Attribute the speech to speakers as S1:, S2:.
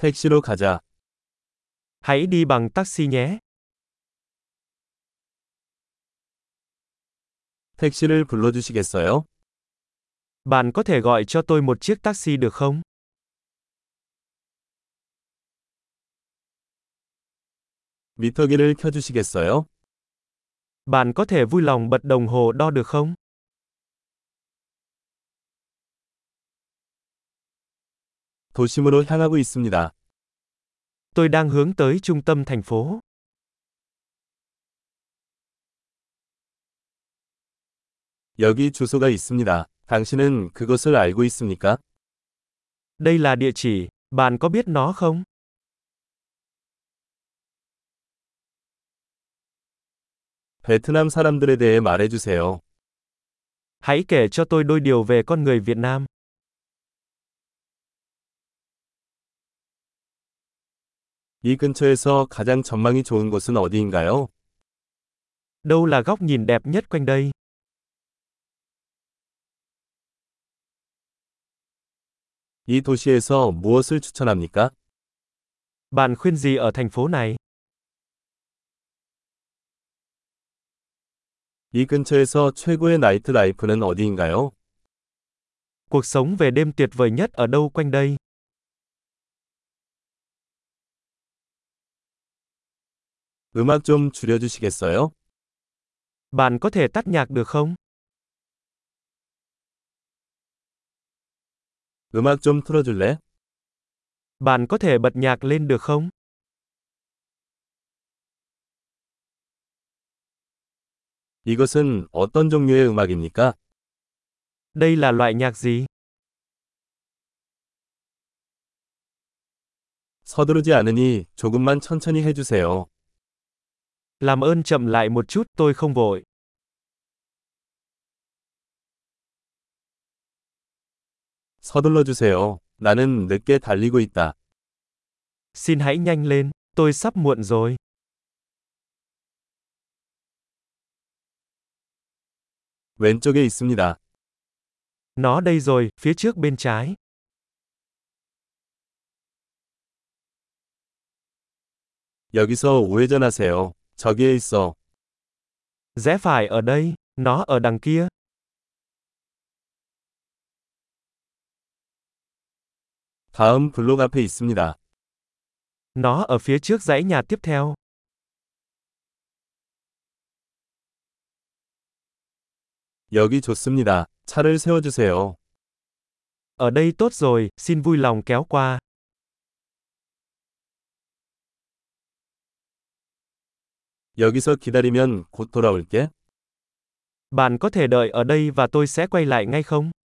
S1: 택시로 가자.
S2: Hãy đi bằng taxi nhé.
S1: 택시를 불러주시겠어요?
S2: Bạn có thể gọi cho tôi một chiếc taxi được không?
S1: 미터기를 켜주시겠어요?
S2: Bạn có thể vui lòng bật đồng hồ đo được không?
S1: 도심으로 향하고 있습니다.
S2: Tôi đang hướng tới trung tâm thành phố.
S1: 여기 주소가 있습니다. 당신은 그것을 알고 있습니까?
S2: Đây là địa chỉ, bạn có biết nó không?
S1: 베트남 사람들에 대해 말해주세요.
S2: Hãy kể cho tôi đôi điều về con người Việt Nam.
S1: 이 근처에서 가장 전망이 좋은 곳은 어디인가요?
S2: Đâu là góc nhìn đẹp nhất quanh đây?
S1: 이 도시에서 무엇을 추천합니까?
S2: Bạn khuyên gì ở thành phố này?
S1: 이 근처에서 최고의 나이트 라이프는 어디인가요?
S2: Cuộc sống về đêm tuyệt vời nhất ở đâu quanh đây?
S1: 음악 좀 줄여주시겠어요?
S2: Bạn có thể tắt nhạc được không?
S1: 음악 좀 틀어줄래?
S2: Bạn có thể bật nhạc lên được không?
S1: 이것은 어떤 종류의 음악입니까?
S2: Đây là loại nhạc gì?
S1: 서두르지 않으니 조금만 천천히 해주세요.
S2: Làm ơn chậm lại một chút, tôi không vội.
S1: 서둘러 주세요. 나는 늦게 달리고 있다.
S2: Xin hãy nhanh lên, tôi sắp muộn rồi.
S1: 왼쪽에 있습니다.
S2: Nó đây rồi, phía trước bên trái.
S1: 여기서 우회전하세요. 저기에 있어.
S2: Rẽ phải ở đây, nó ở đằng kia.
S1: 다음 블록 앞에 있습니다.
S2: Nó ở phía trước dãy nhà tiếp theo.
S1: 여기 좋습니다. 차를 세워주세요.
S2: Ở đây tốt rồi, xin vui lòng kéo qua.
S1: 여기서 기다리면 곧 돌아올게.
S2: Bạn có thể đợi ở đây và tôi sẽ quay lại ngay không?